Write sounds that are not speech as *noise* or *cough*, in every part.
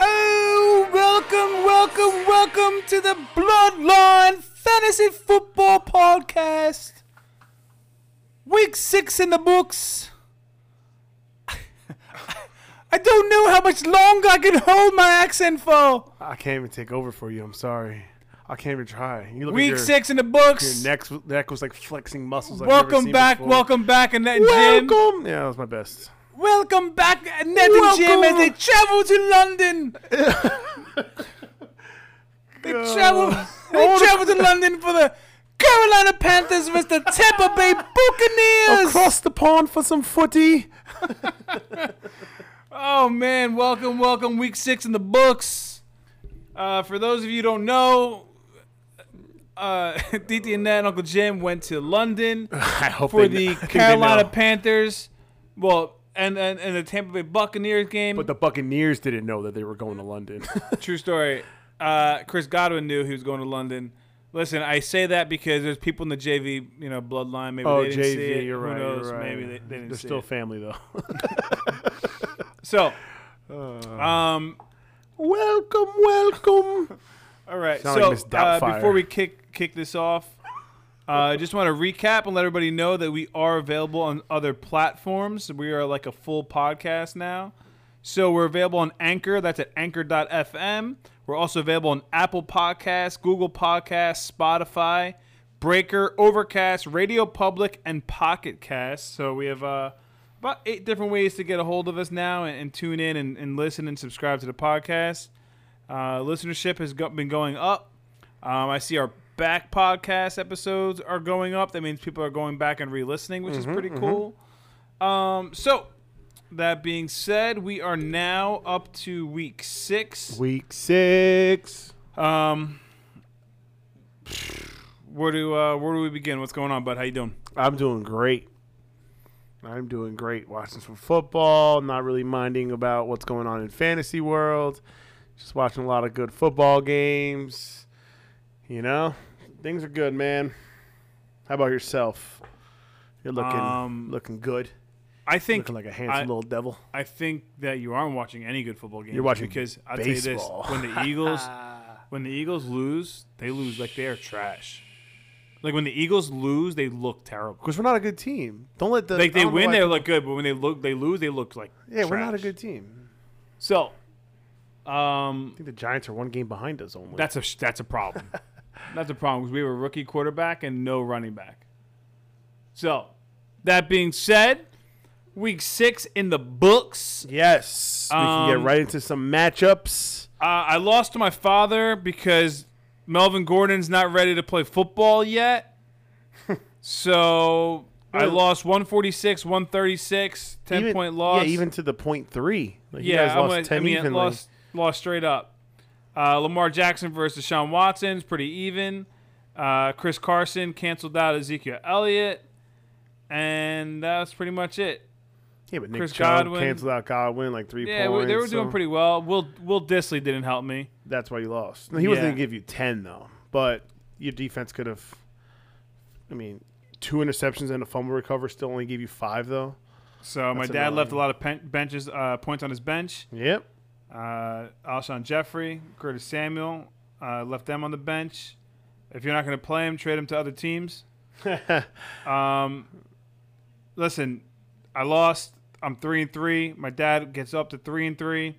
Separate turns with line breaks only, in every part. Oh, Welcome, welcome to the Bloodline Fantasy Football Podcast. Week six in the books. *laughs* I don't know how much longer I can hold my accent for.
I can't even take over for you. I'm sorry. I can't even try. You look
Week
at your,
six in the
Your
books.
neck, was- neck was like flexing muscles. I've never
Welcome
seen
back,
before.
welcome back, and then Jim.
Welcome. Yeah, that was my best.
Welcome back, Ned and Jim, as they
Welcome.
travel to
*laughs*
London. they travel. They travel to London for the Carolina Panthers versus the Tampa Bay Buccaneers.
Across the pond for some footy. *laughs*
Oh man, welcome, welcome, week six in the books. Uh, for those of you who don't know, uh, *laughs* DT and Ned and Uncle Jim went to London
I hope
for
*laughs* they,
the
I think they
Carolina
know.
Panthers. Well, and, and and the Tampa Bay Buccaneers game.
But the Buccaneers didn't know that they were going to London. *laughs*
True story. Uh, Chris Godwin knew he was going to London. Listen, I say that because there's people in the JV, you know, bloodline. Maybe
oh,
they didn't see it.
JV, you're
Who
right.
knows?
You're right.
Maybe they, they didn't
They're
see
still
it.
family though. *laughs*
So,
Uh.
um,
welcome,
*laughs*
welcome.
all right.
Sound
so
like Miss
uh,
Doubtfire.
before we kick kick this off, uh, I just want to recap and let everybody know that we are available on other platforms. We are like a full podcast now. So we're available on Anchor. That's at anchor.fm. We're also available on Apple Podcasts, Google Podcasts, Spotify, Breaker, Overcast, Radio Public, and Pocket Cast. So we have uh, about eight different ways to get a hold of us now and, and tune in and, and listen and subscribe to the podcast. Uh, listenership has go- been going up. Um, I see our back podcast episodes are going up. That means people are going back and re listening, which
Mm-hmm,
is pretty cool. Um, so, that being said, we are now up to week six.
Week six.
Um, where do uh, where do we begin? What's going on, bud? How you doing?
I'm doing great. I'm doing great watching some football, not really minding about what's going on in fantasy world. Just watching a lot of good football games. You know, things are good, man. How about yourself? You're looking
Um,
looking good.
I think
Looking like a handsome
I-
little devil.
I think that you aren't watching any good football games.
You're watching
because I'll tell you this:
baseball.
when the
*laughs*
Eagles, when the Eagles lose, they lose like they are trash. Like when the Eagles lose, they look terrible.
Because we're not a good team. Don't let the
Like
I
they
don't know
win,
why
they
people-
look good, but when they look, they lose, they look like
Yeah, we're not a
trash.
good team.
So, um,
I think the Giants are one game behind us only.
That's a sh- that's a problem.
*laughs*
that's a problem because we have a rookie quarterback and no running back. So, that being said, week six in the books.
yes. we can
Um,
get right into some matchups.
Uh, I lost to my father because Melvin Gordon's not ready to play football yet.
*laughs*
so I
Well-
lost 146, 136, 10
Even-
point loss.
Yeah, even to the point three. Like, you
Yeah,
guys
I'm
lost
gonna-
ten
I mean,
evenly.
lost lost straight up. Uh, Lamar Jackson versus Sean Watson's pretty even. Uh, Chris Carson canceled out Ezekiel Elliott, and that's pretty much it.
yeah, but Nick
Chris
Chubb
Godwin.
canceled out Godwin like three
Yeah,
points.
we, they were doing
so
pretty well. Will Will Disley didn't help me.
That's why you lost. No, he wasn't
Yeah.
gonna give you ten though, but your defense could have. I mean, two interceptions and a fumble recover still only give you five though.
So my
That's
dad left a
annoying.
lot of pen- benches uh, points on his bench.
Yep.
Uh, Alshon Jeffrey, Curtis Samuel uh, left them on the bench. If you're not going to play him, trade him to other
*laughs*
teams. Um, listen, I lost. I'm three and three. My dad gets up to three and three.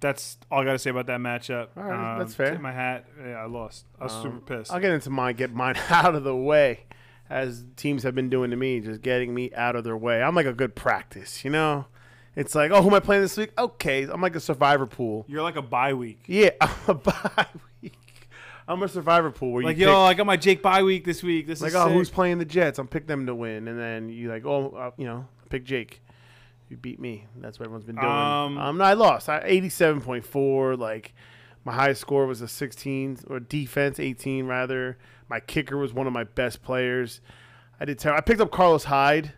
That's all I got to say about that matchup. Um,
All right, that's fair. Um,
tip My hat. Yeah, I lost. I was super pissed.
I'll get into mine. Get mine *laughs* out of the way, as teams have been doing to me, just getting me out of their way. I'm like a good practice, you know. It's like, oh, who am I playing this week? Okay, I'm like a survivor pool.
You're like a bye week.
Yeah, *laughs* I'm a bye week. I'm a survivor pool where
Like
you
yo,
pick,
I got my Jake bye week this week. This
like
is
oh
sick.
who's playing the Jets? I'm pick them to win, and then you like oh uh, you know pick Jake. You beat me. That's what everyone's been doing.
Um,
Um, no, I lost. I 87.4. Like my highest score was a 16 or defense 18 rather. My kicker was one of my best players. I did terrible. I picked up Carlos Hyde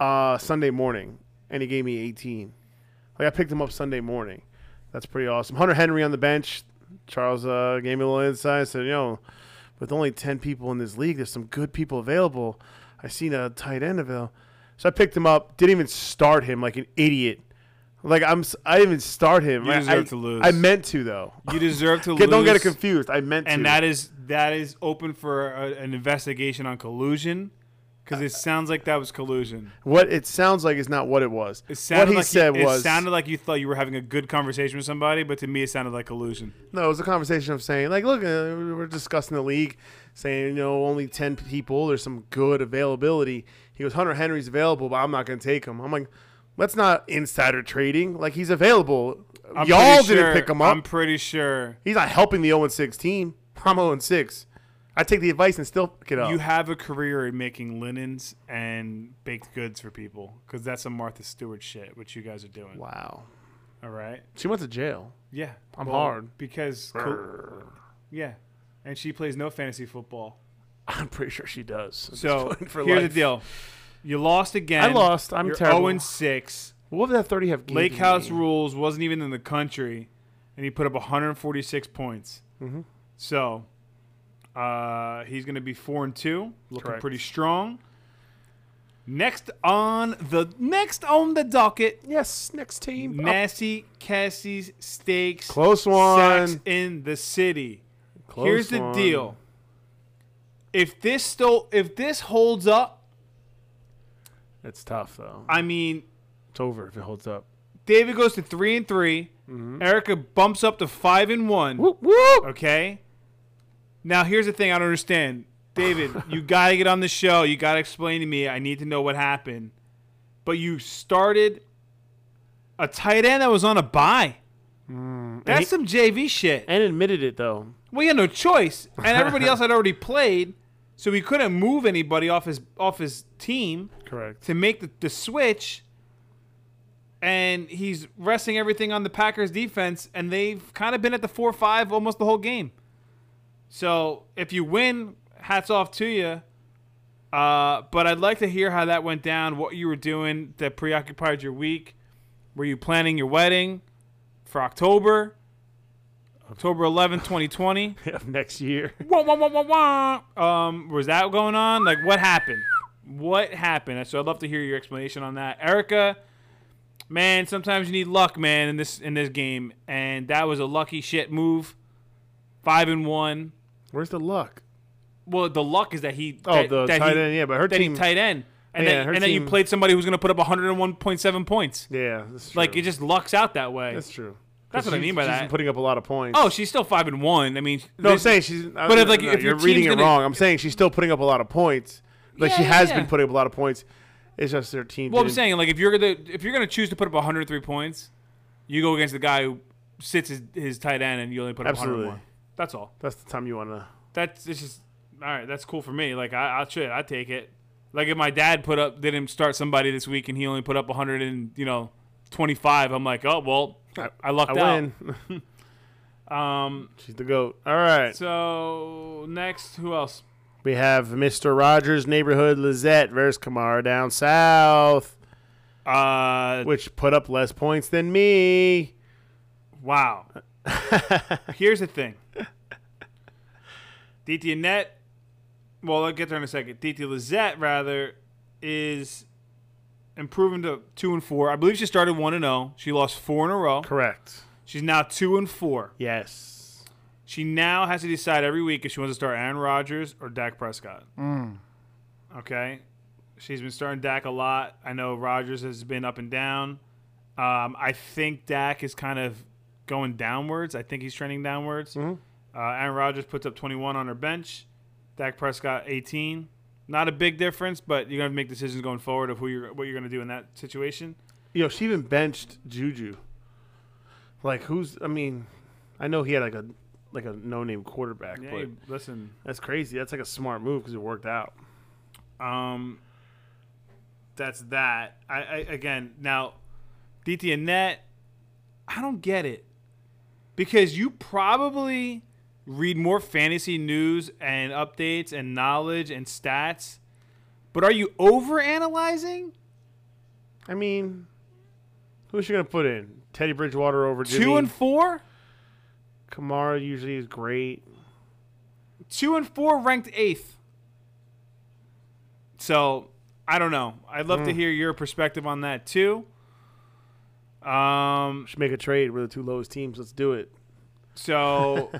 uh, Sunday morning, and he gave me 18. Like I picked him up Sunday morning. That's pretty awesome. Hunter Henry on the bench. Charles uh, gave me a little insight. Said, you know, with only 10 people in this league, there's some good people available. I seen a tight end available. So I picked him up. Didn't even start him like an idiot. Like I'm, s- I didn't even start him.
You
I-
deserve
I,
to lose.
I meant to though.
You deserve to
Get-
lose.
*laughs* don't get it confused. I meant to.
And that is that is open for a, an investigation on collusion, because it sounds like that was collusion.
what it sounds like is not what it was.
It sounded
what he
like
said
you, it
was
sounded like you thought you were having a good conversation with somebody, but to me it sounded like collusion.
no. It was a conversation of saying like, look, uh, we we're discussing the league, saying you know only ten people. There's some good availability. He goes, Hunter Henry's available, but I'm not going to take him. I'm like, that's not insider trading. Like he's available.
I'm
Y'all
pretty
didn't
sure-
pick him up.
I'm pretty sure
He's not helping the 0 6 team. I'm 0 6. I take the advice and still pick it up.
you have a career in making linens and baked goods for people, because that's some Martha Stewart shit, which you guys are doing.
wow.
All right.
She went to jail.
*laughs* Yeah.
I'm hard.
because col- yeah, and she plays no fantasy football.
I'm pretty sure she does. at
So
this point for
here's
life.
the deal: you lost again.
I lost. I'm
You're
terrible.
zero and six.
What would that 30 have given
Lake House
me?
rules wasn't even in the country, and he put up 146 points.
Mhm.
So uh, he's going to be four and two, looking
Correct.
pretty strong. Next on the next on the docket,
Yes, next team. Up.
Nasty Cassie's Steaks
Close one.
Sacks in the City.
Close
Here's the
one.
deal. If this still if this holds up,
It's tough, though.
I mean,
It's over if it holds up.
David goes to three and 3 Erica bumps up to five and one.
Whoop, whoop.
Okay. Now here's the thing I don't understand. David, you gotta get on the show. You gotta explain to me. I need to know what happened. But you started a tight end that was on a buy. That's
he-
some JV shit.
And admitted it, though.
We had no choice, and everybody else had already played, so we couldn't move anybody off his off his team
Correct.
*laughs* to make the, the switch. And he's resting everything on the Packers defense, and they've kind of been at the four five almost the whole game. So if you win, hats off to you. Uh, but I'd like to hear how that went down, what you were doing that preoccupied your week. Were you planning your wedding for October? October 11, 2020.
next year.
Wah, wah, wah, wah, wah. Um, was that going on? Like, what happened? What happened? So I'd love to hear your explanation on that, Erica. Man, sometimes you need luck, man, in this in this game, and that was a lucky shit move. Five and one.
Where's the luck?
Well, the luck is that he
Oh,
that,
the
that
tight
he,
end. Yeah, but her
that he
team.
tight end, and
Yeah,
then
her
and then you
team-
played somebody who's going to put up 101.7 points.
yeah, that's true.
Like it just lucks out that way.
That's true.
That's
'Cause
what I
she's-
mean by
she's
that.
been putting up a lot of points.
oh, she's still five and one. I mean,
No, I'm
this-
saying she's. But
But if, like, if your
you're reading
team's
it
gonna-
wrong, I'm saying she's still putting up a lot of points. Like she
Yeah,
has
yeah.
been putting up a lot of points. It's just their team.
Well, I'm
didn't-
saying like if you're gonna if you're gonna choose to put up 103 points, you go against the guy who sits his, his tight end and you only put up
Absolutely.
101. That's all.
that's the time you want to.
That's it's just all right. That's cool for me. Like I, I should I take it. Like if my dad put up didn't start somebody this week and he only put up 100 and you know 25, I'm like oh well I, I
I
lucked out.
win. *laughs*
Um.
she's the goat. All right,
So next, who else?
we have Mr. Rogers' neighborhood Lizette versus Kamara down south,
Uh.
which put up less points than me.
Wow. Here's the thing. DT Annette, well, I'll get there in a second. DT Lizette, rather, is improving to two and four. I believe she started one and zero. She lost four in a row.
Correct.
She's now two and four.
Yes.
She now has to decide every week if she wants to start Aaron Rodgers or Dak Prescott. Okay. She's been starting Dak a lot. I know Rodgers has been up and down. Um, I think Dak is kind of going downwards. I think he's trending downwards. Uh, Aaron Rodgers puts up 21 on her bench. Dak Prescott 18. Not a big difference, but you're gonna have to make decisions going forward of who you're what you're gonna do in that situation.
Yo, she even benched Juju. Like who's? I mean, I know he had like a like a no-name quarterback,
Yeah,
but
you- listen.
that's crazy. That's like a smart move because it worked out.
Um, that's that. I, I again now, DT Annette, I don't get it because you probably read more fantasy news and updates and knowledge and stats, but are you over analyzing?
I mean, who's she gonna put in? Teddy Bridgewater over Jimmy.
Two and four,
Kamara usually is great.
two and four, ranked eighth. So I don't know. I'd love to hear your perspective on that too. Um,
Should make a trade. We're the two lowest teams. Let's do it.
so,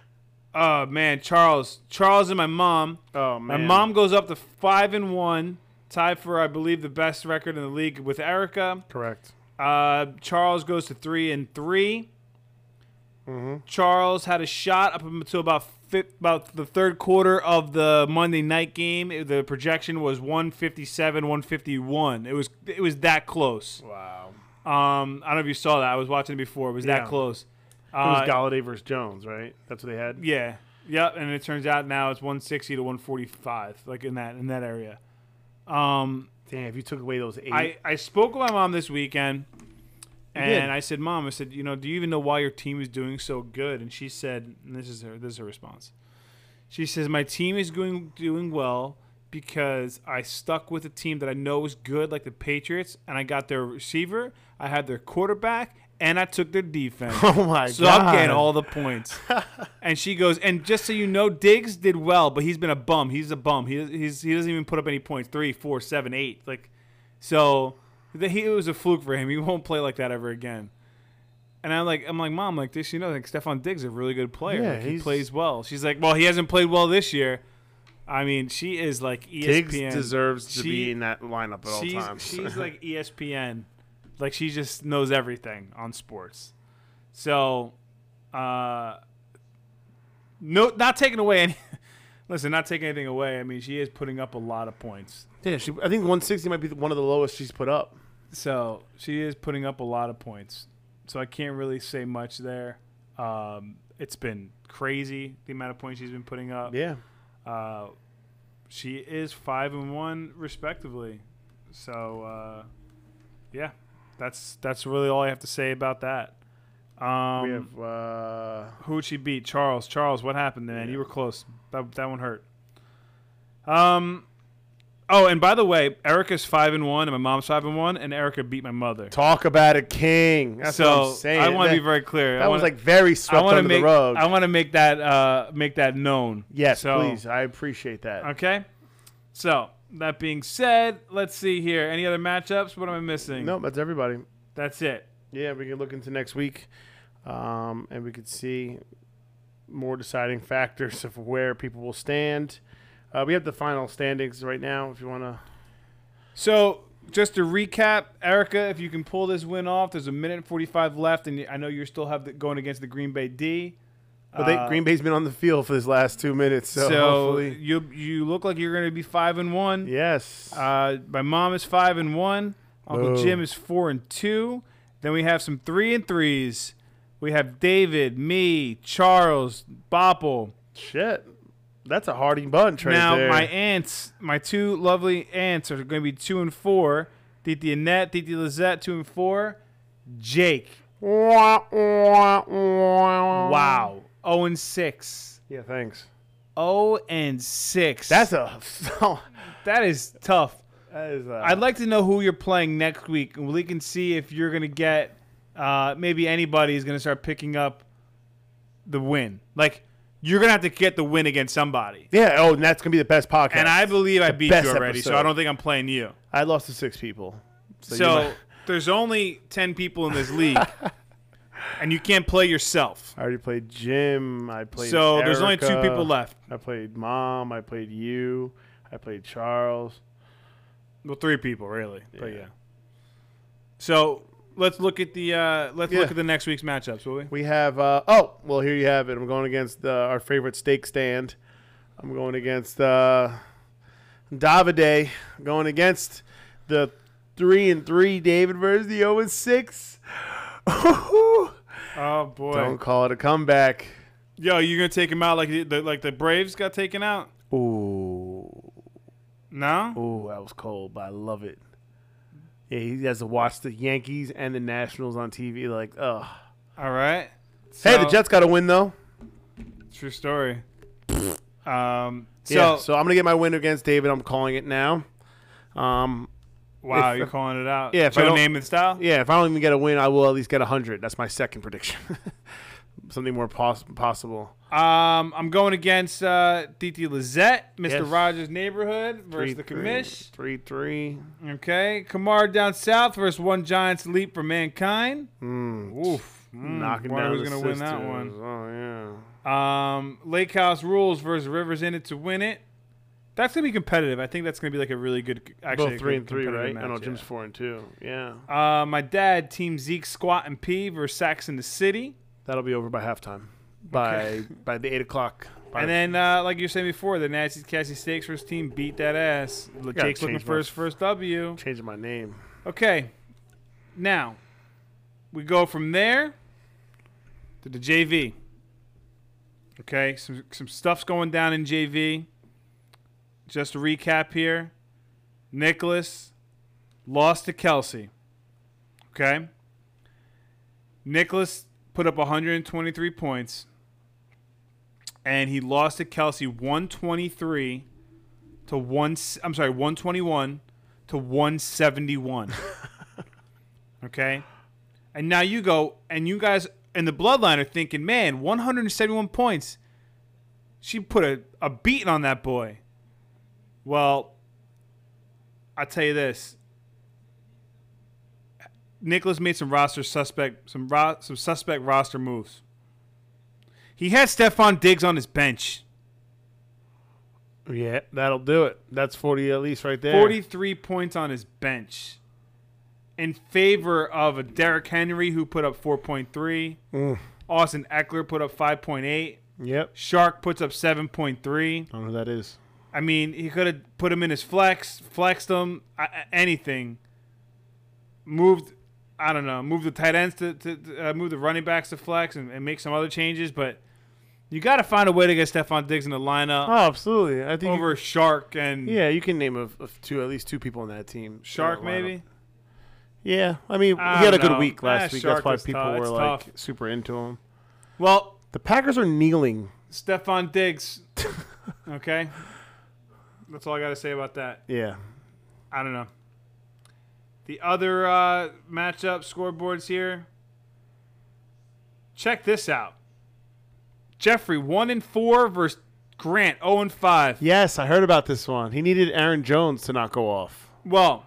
*laughs* oh man, Charles, Charles and my mom.
Oh man,
My mom goes up to five and one, tied for I believe the best record in the league with Erica.
Correct.
Uh, Charles goes to three and 3
Mm-hmm.
Charles had a shot up until about fifth, about the third quarter of the Monday night game. It- The projection was 157, 151. It was it was that close.
Wow.
Um, I don't know if you saw that. I was watching it before. It was
Yeah.
that close.
It was
Uh,
Galladay versus Jones, right? That's what they had.
yeah. Yep, and it turns out now it's 160 to 145 like in that in that area. Um
Damn, if you took away those eight,
I, I spoke with my mom this weekend
did.
and I said, Mom, I said, you know, do you even know why your team is doing so good? And she said, and this is her this is her response. She says, My team is doing doing well because I stuck with a team that I know is good, like the Patriots, and I got their receiver, I had their quarterback, and I took their
*laughs*
defense.
*laughs* oh my
So
god,
I'm getting all the points. and she goes, and just so you know, Diggs did well, but he's been a bum. He's a bum. He he's, he doesn't even put up any points. Three, four, seven, eight. Like, so the, he, it was a fluke for him. He won't play like that ever again. And I'm like, I'm like, mom, like this, you know, like Stefan Diggs is a really good player.
Yeah,
Like, he
he's-
plays well. She's like, well, he hasn't played well this year. I mean, she is like E ESPN.
Diggs deserves to
She-
be in that lineup at all
she's,
times. *laughs*
she's like E ESPN. Like she just knows everything on sports. So uh no not taking away any *laughs* listen, not taking anything away. I mean, she is putting up a lot of points.
yeah, she, I think 160 might be the- one of the lowest she's put up.
So she is putting up a lot of points. So I can't really say much there. Um it's been crazy the amount of points she's been putting up.
Yeah,
Uh, she is five and one respectively. So uh, yeah, that's that's really all I have to say about that. Um,
we have. Uh,
who'd she beat? Charles. Charles, what happened, man? You
Yeah.
were close. That that one hurt. Um. Oh, and by the way, Erica's five and one, and my mom's five and one, and Erica beat my mother.
talk about a king. That's
so
what I'm saying.
I want to
That-
be very clear.
That
I
was
wanna-
like very
I
swept
want to
under
make
the rug.
I want to make that uh make that known.
yes,
So-
please. I appreciate that.
Okay. So that being said, let's see here. Any other matchups? What am I missing?
No, that's everybody.
That's it.
Yeah, we can look into next week, um, and we could see more deciding factors of where people will stand. Uh, we have the final standings right now. If you want to,
So just to recap, Erica, if you can pull this win off, there's a minute and 45 left, and I know you still have the, going against the Green Bay D.
but they,
Uh,
Green Bay's been on the field for this last two minutes, so,
So,
hopefully,
you you look like you're going to be five and one.
yes.
Uh, my mom is five and one. Uncle
Whoa.
Jim is four and two. Then we have some three and threes. We have David, me, Charles, Bopple.
Shit, that's a hardy bunch right
now
there.
my aunts, my two lovely aunts, are going to be two and four. Titi Annette, Titi Lizette, two and four. Jake,
wow.
wow, zero and six.
Yeah, thanks.
Zero and six.
That's a *laughs*
that is tough.
that is. A,
I'd like to know who you're playing next week, and we can see if you're going to get uh, maybe anybody is going to start picking up the win. Like you're going to have to get the win against somebody.
yeah. Oh, and that's gonna be the best podcast.
And I believe I beat
best
you already, so
episode.
I don't think I'm playing you.
I lost to six people.
So,
you might- *laughs*
there's only 10 people in this league, and you can't play yourself.
I already played Jim. I played.
So there's only two
Erica,
people left.
I played mom. I played you. I played Charles.
Well, three people really. But
Yeah.
yeah. So let's look at the uh, let's
Yeah.
look at the next week's matchups, will we?
We have. Uh, oh, well, here you have it. I'm going against uh, our favorite steak stand. I'm going against uh, Davide. Going against the three and three David versus the zero and *laughs* six.
Oh boy.
Don't call it a comeback.
Yo, you gonna take him out like the, the like the Braves got taken out?
Ooh.
No.
Ooh, that was cold, but I love it. Yeah, he has to watch the Yankees and the Nationals on TV. Like, ugh.
All right.
hey,
So-
the Jets got to win though.
True
*laughs*
story. um. So,
yeah, so I'm gonna get my win against David. I'm calling it now. Um,
wow,
if-
you're calling it out.
Yeah, if I
Joe
don't-
Namath style.
yeah, if I don't even get a win, I will at least get hundred. That's my second prediction. *laughs* something more poss- possible.
Um, I'm going against uh, Titi Lizette, Mr.
Yes.
Rogers' neighborhood versus the
Three,
commish.
Three three.
Okay, Kamar down south versus one Giants leap for mankind.
Mm.
Oof, Mm,
Knocking
wonder
down
who's
the
gonna win that
sisters.
one.
Oh
Um, Lake House rules versus Rivers in it to win it. That's gonna be competitive. I think that's gonna be like a really good.
yeah.
Actually,
Both
a
three
good
and three, right?
competitive
I know
match,
Jim's
yeah.
four and two. Yeah,
Uh, my dad, Team Zeke Squat and P versus Saxon the City.
that'll be over by halftime.
*laughs*
By by the eight o'clock. By
And then, uh, like you were saying before, the Nancy Cassie Stakes first team beat that ass. Jake's looking
change
for his
my-
first W.
changing my name.
Okay, now we go from there to the JV. Okay, some some stuff's going down in JV. Just to recap here, Nicholas lost to Kelsey. Okay, Nicholas put up 123 points, and he lost to Kelsey 123 to one. I'm sorry, 121 to 171. okay? And now you go, and you guys in the bloodline are thinking, man, 171 points. She put a, a beating on that boy. Well, i tell you this. Nicholas made some roster suspect some ro- some suspect roster moves. He had Stefan Diggs on his bench.
Yeah, that'll do it. That's forty at least right there.
43 points on his bench in favor of a Derrick Henry who put up 4.3.
Mm.
Austin Eckler put up 5.8.
Yep.
Shark puts up 7.3.
I don't know who that is.
I mean, he could have put him in his flex, flexed him, I- I- anything. Moved, I don't know, moved the tight ends to, to, to, uh, move the running backs to flex and, and make some other changes, but you got to find a way to get Stephon Diggs in the
Oh,
lineup
absolutely. I think.
over Shark and
yeah, you can name of, of two at least two people on that team.
Shark,
in that lineup.
maybe.
Yeah, I mean
I
he had a
don't
good
know.
week last
Ah,
week.
Shark
That's why
was
people
tough.
were
It's
like
tough.
super into him.
Well,
The Packers are kneeling.
Stefan Diggs. okay. That's all I got to say about that.
Yeah.
I don't know. The other uh, matchup scoreboards here. Check this out. Jeffrey, 1 and 4 versus Grant, 0 and 5.
Yes, I heard about this one. He needed Aaron Jones to not go off.
Well,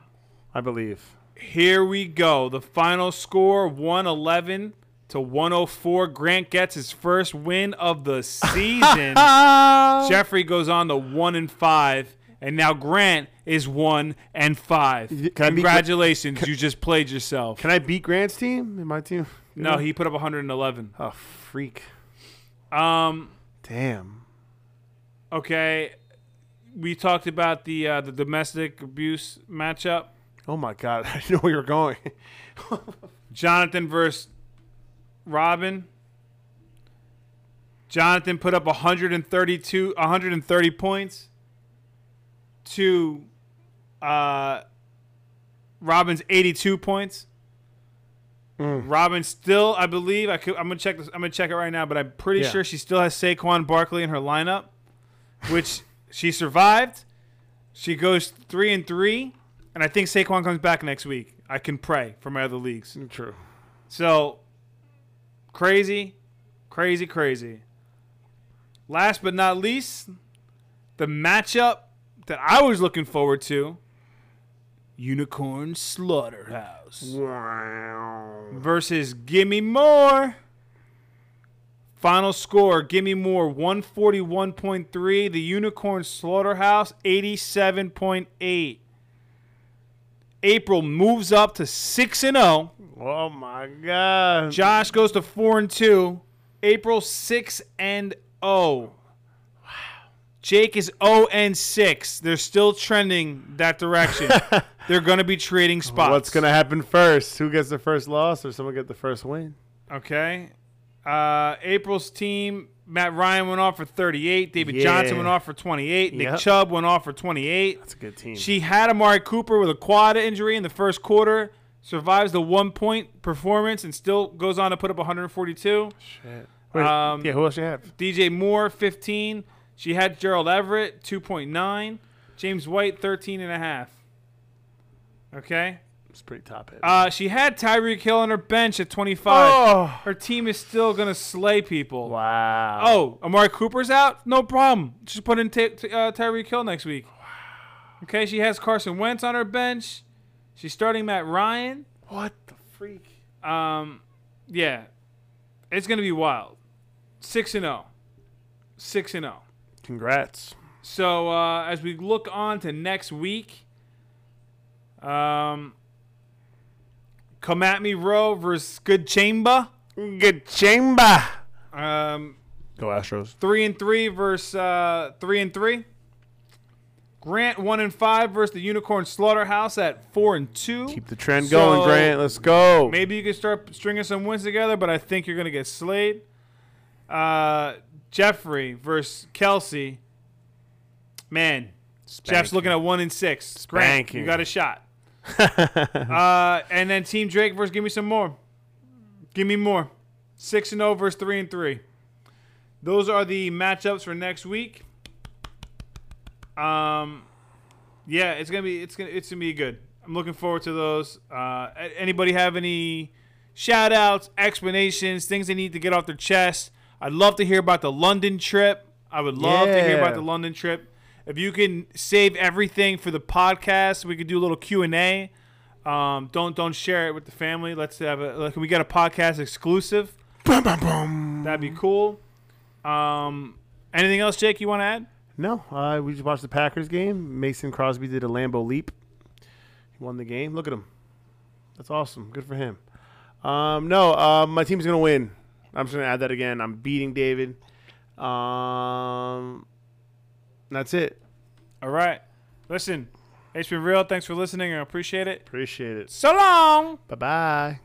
I believe.
here we go. The final score 111 to 104. Grant gets his first win of the season.
Ah.
Jeffrey goes on to one and five, and now Grant is one and five.
Y- can I be-
Congratulations, you just played yourself.
Can I beat Grant's team in my team?
no, he put up 111.
Oh, freak.
Um,
Damn.
okay, we talked about the uh, the domestic abuse matchup.
Oh my God. *laughs* I didn't know where you were going.
Jonathan versus Robin. Jonathan put up 132, 130 points to uh, Robin's 82 points. Robin still, I believe, I could, I'm gonna check this. I'm gonna check it right now, but I'm pretty
Yeah.
sure she still has Saquon Barkley in her lineup, which she survived. She goes three and three, and I think Saquon comes back next week. I can pray for my other leagues.
True.
So crazy, crazy, crazy. Last but not least, the matchup that I was looking forward to Unicorn Slaughterhouse
Wow.
versus Gimme More. Final score Gimme More 141.3, the Unicorn Slaughterhouse 87.8. April moves up to 6 and 0.
Oh my God.
Josh goes to four and two. April six and oh. Wow. Jake is oh and six. They're still trending that
*laughs*
direction. They're gonna be trading spots.
What's going to happen first? Who gets the first loss or someone get the first win?
Okay. Uh, April's team. Matt Ryan went off for 38. David
Yeah.
Johnson went off for 28. Nick
Yep.
Chubb went off for 28.
That's a good team.
She had Amari Cooper with a quad injury in the first quarter, survives the one point performance, and still goes on to put up 142.
Shit. Wait,
Um,
yeah, who else you have?
DJ Moore, 15. She had Gerald Everett, 2.9. James White, 13 and a half. Okay.
It's pretty top heavy.
Uh, she had Tyreek Hill on her bench at 25.
oh
Her team is still gonna slay people.
wow.
Oh, Amari Cooper's out. No problem. Just put in Ty- Ty- uh, Tyreek Hill next week. Okay, she has Carson Wentz on her bench. She's starting Matt Ryan.
what the freak?
Um, yeah, it's gonna be wild. Six and zero. Six and oh. zero.
Congrats.
So uh, as we look on to next week, um, come at me, Roe versus Good Chamber.
Good chamber.
Um,
Go Astros.
three and three versus uh, three and three. Grant one and five versus the Unicorn Slaughterhouse at four and two.
Keep the trend
So-
going, Grant. Let's go.
Maybe you can start stringing some wins together, but I think you're gonna get slayed. Uh, Jeffrey versus Kelsey. Man, Jeff's looking at one and six. Grant,
Spanking.
you got a shot. uh, and then Team Drake versus give me some more. Give me more. Six and zero versus three and three. Those are the matchups for next week. Um, yeah, it's gonna be it's gonna it's gonna be good. I'm looking forward to those. Uh, a- anybody have any shout outs, explanations, things they need to get off their chest? I'd love to hear about the London trip. I would love to hear about
Yeah.
the London trip. If you can save everything for the podcast, we could do a little Q and A. Um, don't don't share it with the family. Let's have a like. Can we get a podcast exclusive?
Bum, bum, bum.
That'd be cool. Um, anything else, Jake? You want to add?
No, uh, we just watched the Packers game. Mason Crosby did a Lambo leap. He won the game. Look at him. That's awesome. Good for him. Um, no, uh, my team's gonna win. I'm just gonna add that again. I'm beating David. Um, that's it.
All right. Listen, it's been real. Thanks for listening. I appreciate it.
Appreciate it.
So long.
Bye bye.